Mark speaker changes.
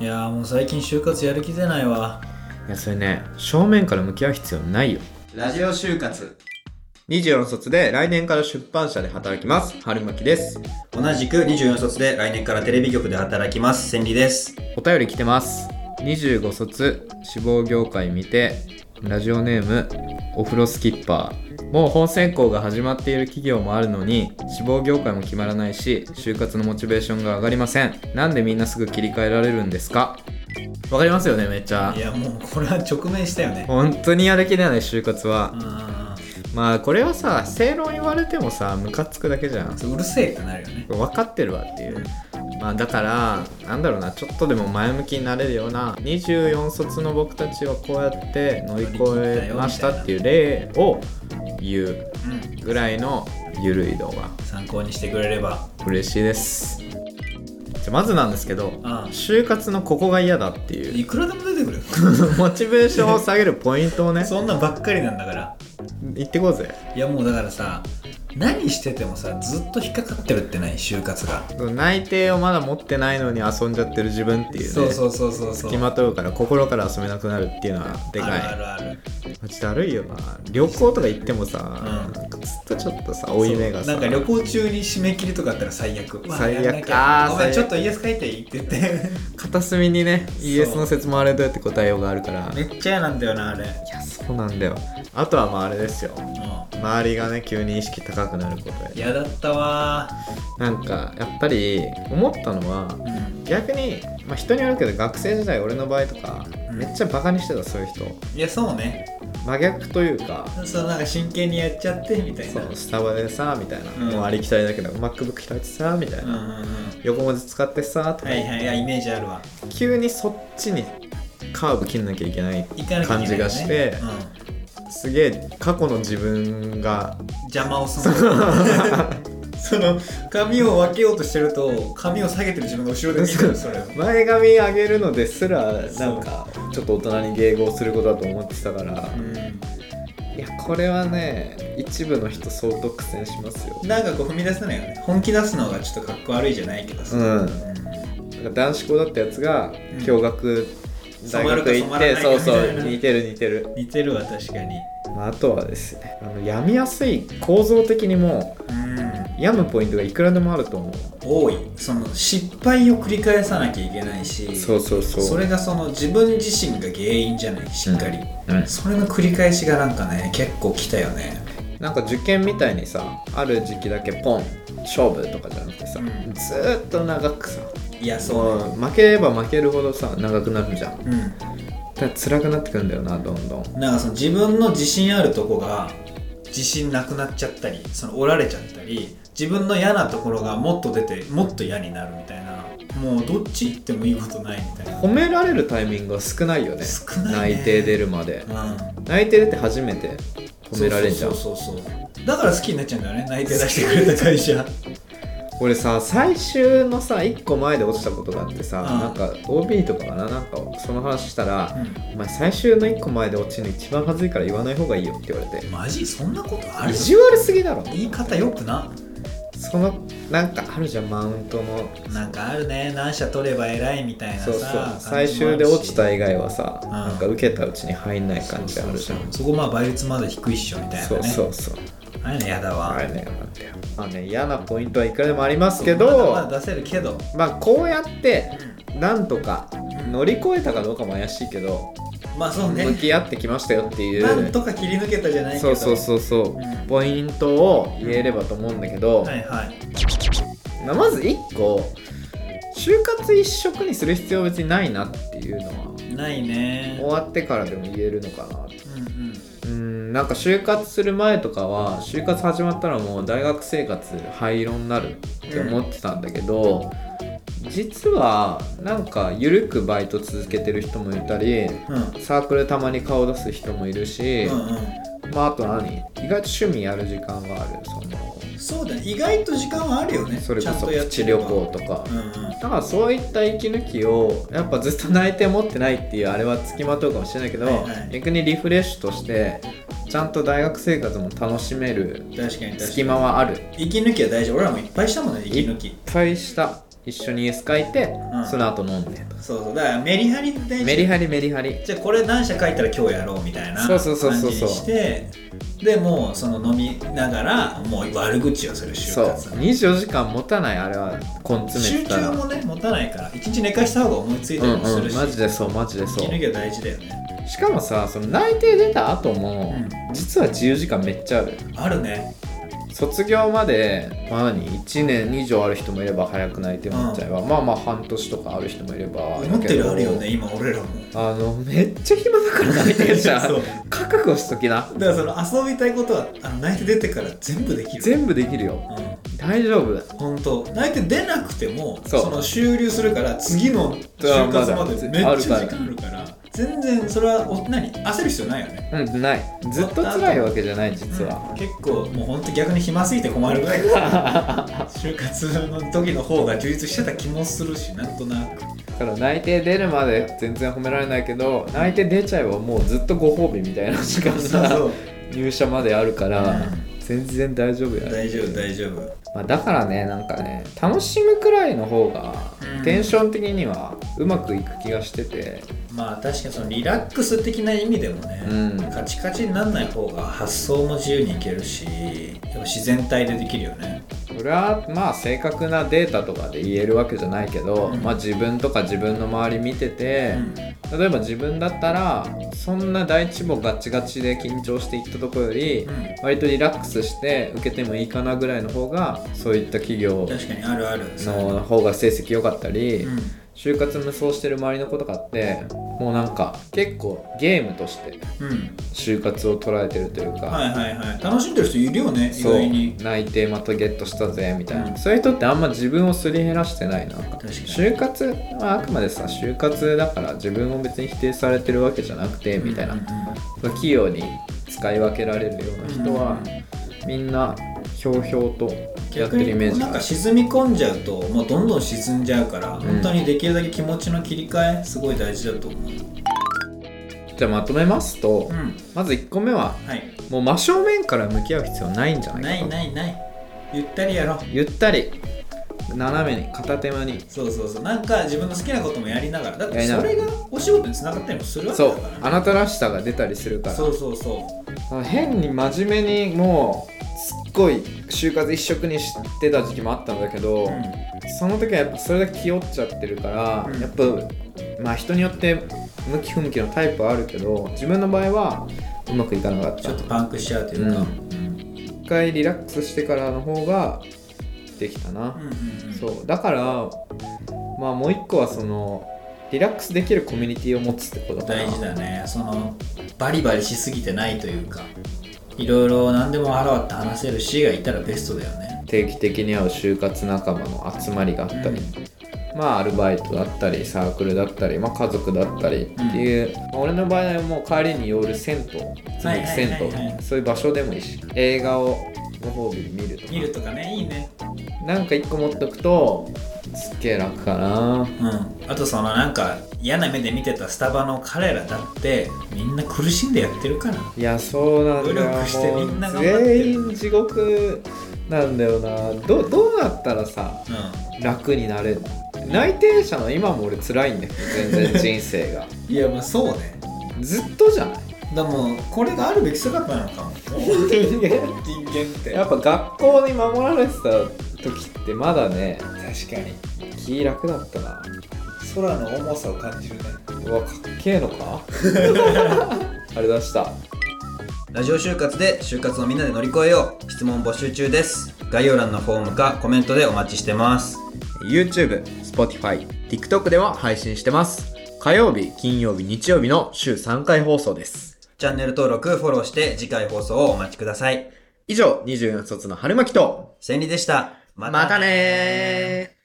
Speaker 1: やーもう最近就活やる気出ないわ
Speaker 2: いやそれね正面から向き合う必要ないよ
Speaker 3: ラジオ就活
Speaker 2: 24卒で来年から出版社で働きます春巻です
Speaker 3: 同じく24卒で来年からテレビ局で働きます千里です
Speaker 2: お便り来てます25卒志望業界見てラジオネームお風呂スキッパーもう本選考が始まっている企業もあるのに志望業界も決まらないし就活のモチベーションが上がりませんなんでみんなすぐ切り替えられるんですかわかりますよねめっちゃ
Speaker 1: いやもうこれは直面したよね
Speaker 2: 本当にやる気ない就活は
Speaker 1: あー
Speaker 2: まあこれはさ正論言われてもさムカつくだけじゃん
Speaker 1: そううるせえってなるよね
Speaker 2: 分かってるわっていうまあだからなんだろうなちょっとでも前向きになれるような24卒の僕たちはこうやって乗り越えましたっていう例を言う
Speaker 1: うん
Speaker 2: ぐらいのゆるい動画
Speaker 1: 参考にしてくれれば
Speaker 2: 嬉しいですじゃあまずなんですけど
Speaker 1: あ
Speaker 2: 就活のここが嫌だっていう
Speaker 1: いくらでも出てくるよ
Speaker 2: モチベーションを下げるポイントをね
Speaker 1: そんなんばっかりなんだから
Speaker 2: 言ってこうぜ
Speaker 1: いやもうだからさ何しててもさずっと引っかかってるってない就活が
Speaker 2: 内定をまだ持ってないのに遊んじゃってる自分っていうね
Speaker 1: そうそうそうそうそう
Speaker 2: 付きまとうから心から遊べなくなるっていうのはでかい
Speaker 1: あるあるある
Speaker 2: マジだるいよな旅行とか行ってもさ、
Speaker 1: う
Speaker 2: ずっとちょっとさ負い目がさ
Speaker 1: そうなんか旅行中に締め切りとかあったら最悪うわ
Speaker 2: 最悪
Speaker 1: やんなきゃ
Speaker 2: あー
Speaker 1: お前ち
Speaker 2: 最
Speaker 1: ょ
Speaker 2: 悪
Speaker 1: っとイエス書いていいって言って
Speaker 2: 片隅にね
Speaker 1: そう
Speaker 2: イエスの説もあれどうやって答えようがあるから
Speaker 1: め
Speaker 2: い
Speaker 1: っちゃ嫌なんだよなあれ
Speaker 2: やそうなんだよあとはまああれですよ
Speaker 1: も
Speaker 2: 周りがね急に意識高くなること
Speaker 1: う
Speaker 2: で
Speaker 1: 嫌だったわー
Speaker 2: なんかやっぱり思ったのは
Speaker 1: うん
Speaker 2: 逆に、まあ、人によるけど学生時代俺の場合とかめっちゃバカにしてたそういう人
Speaker 1: いやそうね
Speaker 2: 真逆というか
Speaker 1: そうなんか真剣にやっちゃってみたい
Speaker 2: そ
Speaker 1: な
Speaker 2: うスタバでさみたいな、
Speaker 1: うん
Speaker 2: もうありきたりだけど MacBook 開いてさみたい
Speaker 1: うんうん
Speaker 2: な、
Speaker 1: うん
Speaker 2: 横文字使ってさとか、
Speaker 1: はいはいはいイメージあるわ
Speaker 2: 急にそっちにカーブ切んなきゃいけない
Speaker 1: 行かなきゃいけないよね
Speaker 2: 感じがして
Speaker 1: うん
Speaker 2: すげえ過去の自分が
Speaker 1: 邪魔を するその髪を分けようとしてると髪を下げてる自分が後ろで見てるそれを
Speaker 2: 前髪上げるのですらなんかちょっと大人に迎合することだと思ってたから、
Speaker 1: う
Speaker 2: いやこれはね一部の人相当苦戦しますよ
Speaker 1: んなんかこう踏み出さないよね本気出すのがちょっとかっこ悪いじゃないけどさ、
Speaker 2: う
Speaker 1: ん
Speaker 2: んなんか男子校だったやつが
Speaker 1: うん
Speaker 2: 共学
Speaker 1: 染
Speaker 2: 大学行
Speaker 1: ま
Speaker 2: っ
Speaker 1: る
Speaker 2: て、
Speaker 1: か染まらないか
Speaker 2: そうそ
Speaker 1: みたいな
Speaker 2: う似てる似てる、
Speaker 1: 似てるわ確かに
Speaker 2: まあ、あとはですねあの病みやすい構造的にも
Speaker 1: うん
Speaker 2: う病むポイントがいくらでもあると思
Speaker 1: 多いその失敗を繰り返さなきゃいけないし
Speaker 2: うそうそうそう
Speaker 1: それがその自分自身が原因じゃないしっかり、
Speaker 2: うんうん
Speaker 1: それの繰り返しがなんかね結構きたよね
Speaker 2: なんか受験みたいにさある時期だけポン勝負とかじゃなくてさ、
Speaker 1: うん
Speaker 2: ずーっと長くさ
Speaker 1: いやそう
Speaker 2: そう負ければ負けるほどさ長くなるじゃん
Speaker 1: うん、
Speaker 2: だから辛くなってくるんだよなどんどん
Speaker 1: なんかその自分の自信あるとこが自信なくなっちゃったりその折られちゃったり自分の嫌なところがもっと出てもっと嫌になるみたいなもうどっち行ってもいいことないみたいな
Speaker 2: 褒められるタイミングが少ないよね
Speaker 1: 少ないね
Speaker 2: 内定出るまで、
Speaker 1: うん
Speaker 2: 内定出て初めて褒められちゃう
Speaker 1: そうそうそうそうだから好きになっちゃうんだよね内定出してくれた会社
Speaker 2: 俺さ最終のさ1個前で落ちたことがあって
Speaker 1: う
Speaker 2: さ、
Speaker 1: ん
Speaker 2: なんか OB とかかななんかその話したら、
Speaker 1: う
Speaker 2: お前最終の1個前で落ちるの一番恥ずいから言わない方がいいよって言われて
Speaker 1: んマジそんなことある
Speaker 2: 意地悪すぎだろ
Speaker 1: 言い方よくな
Speaker 2: そのなんかあるじゃんマウントの
Speaker 1: なんかあるね何社取れば偉いみたいなさ
Speaker 2: そうそう
Speaker 1: 感じもある
Speaker 2: 最
Speaker 1: し
Speaker 2: 終で落ちた以外はさ、
Speaker 1: ん
Speaker 2: なんか受けたうちに入んない感じあるじゃ
Speaker 1: そうそう
Speaker 2: ん
Speaker 1: そうそこまあ倍率まだ低いっしょみたいなね
Speaker 2: そうそうそう
Speaker 1: ああいうのやだわ、
Speaker 2: あれねなんだよまあね嫌なポイントはいくらでもありますけ
Speaker 1: まだま
Speaker 2: ど
Speaker 1: だ出せるけど、
Speaker 2: まあこうやってなんとか乗り越えたかどうかも怪しいけど
Speaker 1: まあそうね
Speaker 2: 向き合ってきましたよってい
Speaker 1: なん
Speaker 2: う
Speaker 1: とか切り抜けたじゃないけ
Speaker 2: そ
Speaker 1: ど
Speaker 2: うそうそうそう
Speaker 1: うん
Speaker 2: ポイントを言えればと思うんだけど、
Speaker 1: はいはい
Speaker 2: まあまず1個就活一色にする必要は別にないなっていうのは
Speaker 1: ないね
Speaker 2: 終わってからでも言えるのかな
Speaker 1: うん
Speaker 2: うんなんか就活する前とかは就活始まったらもう大学生活廃炉になるって思ってたんだけど、実はなんか緩くバイト続けてる人もいたり
Speaker 1: うんうん
Speaker 2: サークルたまに顔出す人もいるし、
Speaker 1: うんうん
Speaker 2: まああと何意外と趣味やる時間があるその
Speaker 1: そうだね意外と時間はあるよね
Speaker 2: それこ
Speaker 1: ちゃん
Speaker 2: そ
Speaker 1: とや
Speaker 2: プ
Speaker 1: って
Speaker 2: チ
Speaker 1: れ
Speaker 2: 旅
Speaker 1: ば
Speaker 2: 行とか、
Speaker 1: うんうん
Speaker 2: だからそういった息抜きをやっぱずっと内定持ってないっていうあれはつきまとうかもしれないけど、
Speaker 1: はいはい
Speaker 2: 逆にリフレッシュとしてちゃんと大学生活も楽しめる
Speaker 1: 確かに確か
Speaker 2: 隙
Speaker 1: に
Speaker 2: 間はあるいっ
Speaker 1: 息抜きは大事俺らもいっぱいしたもんね息抜き
Speaker 2: ぱいした一緒に椅子書いて、
Speaker 1: うん
Speaker 2: その後飲んでとか
Speaker 1: そうそうだからメリハリで
Speaker 2: メリハリメリハリ
Speaker 1: じゃあこれ何社書いたら今日やろうみたいな
Speaker 2: そう
Speaker 1: 感
Speaker 2: そうそう
Speaker 1: じ
Speaker 2: そう
Speaker 1: にしてでもうその飲みながらもう悪口をする就
Speaker 2: そう
Speaker 1: 活の
Speaker 2: 24時間持たないあれは根詰
Speaker 1: 集
Speaker 2: めてた
Speaker 1: 中
Speaker 2: ら
Speaker 1: もね持たないから一日寝かした方が思いついたり
Speaker 2: うん
Speaker 1: もする
Speaker 2: うん
Speaker 1: し、
Speaker 2: マジでそうマジでそ
Speaker 1: 息抜
Speaker 2: う
Speaker 1: きは大事だよね
Speaker 2: しかもさその内定出た後も、
Speaker 1: う
Speaker 2: 実は自由時間めっちゃある
Speaker 1: あるね
Speaker 2: 卒業まで、まあ、何1年以上ある人もいれば早く内定もらっちゃえば、まあまあ半年とかある人もいれば
Speaker 1: 思ってるあるよね今俺ら も
Speaker 2: あのめっちゃ暇だから内定じゃ
Speaker 1: そうん
Speaker 2: 覚悟しときな
Speaker 1: だからその遊びたいことはあの泣いて出てから全部できる
Speaker 2: 全部できるよ
Speaker 1: うん
Speaker 2: 大丈夫だ
Speaker 1: 本当泣いて出なくても
Speaker 2: そう
Speaker 1: その終了するから次の就活までめっちゃ時間あ
Speaker 2: ある
Speaker 1: る
Speaker 2: か
Speaker 1: からら全然それはお何焦る必要ないよね
Speaker 2: うんないずっと辛いわけじゃない実は、
Speaker 1: うん結構もう本当逆に暇すぎて困るぐらい 就活の時の方が充実してた気もするしなんとなく
Speaker 2: だから内定出るまで全然褒められないけど内定出ちゃえばもうずっとご褒美みたいな時間が入社まであるから、
Speaker 1: う
Speaker 2: 全然大丈夫や、
Speaker 1: 大丈夫大丈夫
Speaker 2: まあ、だからねなんかね楽しむくらいの方が
Speaker 1: うん
Speaker 2: テンション的にはうまくいく気がしてて、
Speaker 1: まあ確かにそのリラックス的な意味でもね、
Speaker 2: うん
Speaker 1: カチカチになんない方が発想も自由にいけるしやっぱ自然体でできるよね
Speaker 2: これはまあ正確なデータとかで言えるわけじゃないけど、
Speaker 1: うん
Speaker 2: まあ、自分とか自分の周り見てて、例えば自分だったらそんな大規模ガチガチで緊張していったところより、
Speaker 1: うん
Speaker 2: 割とリラックスして受けてもいいかなぐらいの方がそういった企業
Speaker 1: 確かにあるある
Speaker 2: の方が成績良かったり、
Speaker 1: うん
Speaker 2: 就活無双してる周りの子とかってもうなんか結構ゲームとして
Speaker 1: うん、
Speaker 2: 就活を捉えてるというか。
Speaker 1: はいはいはい楽しんでる人いるよね意
Speaker 2: そう
Speaker 1: 外に
Speaker 2: 内定またゲットしたぜみたいな、
Speaker 1: うん
Speaker 2: そういう人ってあんま自分をすり減らしてないなんか
Speaker 1: 確かに
Speaker 2: 就活はあくまでさ就活だから自分を別に否定されてるわけじゃなくてみたいな、
Speaker 1: うんうん
Speaker 2: その器用に使い分けられるような人は、みんなひょうひょうとやっ
Speaker 1: 逆
Speaker 2: てる
Speaker 1: に
Speaker 2: イメー
Speaker 1: こう
Speaker 2: ジ
Speaker 1: なん
Speaker 2: が
Speaker 1: か
Speaker 2: ある
Speaker 1: 沈み込んじゃうともうどんどん沈んじゃうから、本当にできるだけ気持ちの切り替えすごい大事だと思う
Speaker 2: じゃあまとめますと、
Speaker 1: うん
Speaker 2: まず1個目は
Speaker 1: はい
Speaker 2: もう真正面から向き合う必要ないんじゃないか
Speaker 1: な
Speaker 2: ない
Speaker 1: ないないゆったりやろう
Speaker 2: ゆったり斜めに片手間に
Speaker 1: そうそうそうなんか自分の好きなこともやりながらだっ
Speaker 2: や
Speaker 1: て
Speaker 2: りなが
Speaker 1: そ
Speaker 2: ら
Speaker 1: れがお仕事につながったりもするわけ
Speaker 2: そ
Speaker 1: だ
Speaker 2: う
Speaker 1: から
Speaker 2: あなたらしさが出たりするから
Speaker 1: そうそうそう
Speaker 2: 変に真面目にもうすっごい就活一色にしてた時期もあったんだけど、その時はやっぱそれだけ気負っちゃってるから、
Speaker 1: うん
Speaker 2: やっぱまあ人によって向き不向きのタイプはあるけど自分の場合はうまくいかなかっ
Speaker 1: ち
Speaker 2: た
Speaker 1: ょっとパンクしちゃうというか、う
Speaker 2: う
Speaker 1: んんうん、
Speaker 2: 一回リラックスしてからの方ができたな、
Speaker 1: うんうん
Speaker 2: そうだからまあもう一個はそのリラックスできるコミュニティを持つってことかな
Speaker 1: 大事だねそのバリバリしすぎてないというかいろいろ何でもあらわって話せるしがいたらベストだよね
Speaker 2: 定期的に会う就活仲間の集まりがあったり、まあアルバイトだったりサークルだったり、まあ、家族だったりっていう、まあ俺の場合はもう帰りに寄る銭湯つまり銭湯、
Speaker 1: はいはいはいはい
Speaker 2: そういう場所でもいいし映画をご褒美に見るとか
Speaker 1: 見るとかねいいね
Speaker 2: なんか一個持っとくとすっげえ楽かな
Speaker 1: うんあとそのなんか嫌な目で見てたスタバの彼らだってみんな苦しんでやってるから
Speaker 2: いやそうなんだ
Speaker 1: 努
Speaker 2: よ
Speaker 1: 力して
Speaker 2: も
Speaker 1: みんな
Speaker 2: う
Speaker 1: 頑張ってる
Speaker 2: 全員地獄なんだよなどどうなったらさ楽になれる内定者の今も俺辛いんだけど全然人生 が
Speaker 1: うんいやまあそうね
Speaker 2: ずっとじゃない
Speaker 1: でもこれがあるべき姿なのかも 人間って
Speaker 2: やっぱ学校に守られてた時ってまだね
Speaker 1: 確かに
Speaker 2: 気楽だったな
Speaker 1: 空の重さを感じるね
Speaker 2: うわかっけえの かあれ出した
Speaker 3: ラジオ就活で就活をみんなで乗り越えよう質問募集中です概要欄のフォームかコメントでお待ちしてます
Speaker 2: YouTube、Spotify、TikTok では配信してます火曜日、金曜日、日曜日の週3回放送です
Speaker 3: チャンネル登録フォローして次回放送をお待ちください
Speaker 2: 以上、24卒の春巻きと
Speaker 3: 千里でした
Speaker 2: またねー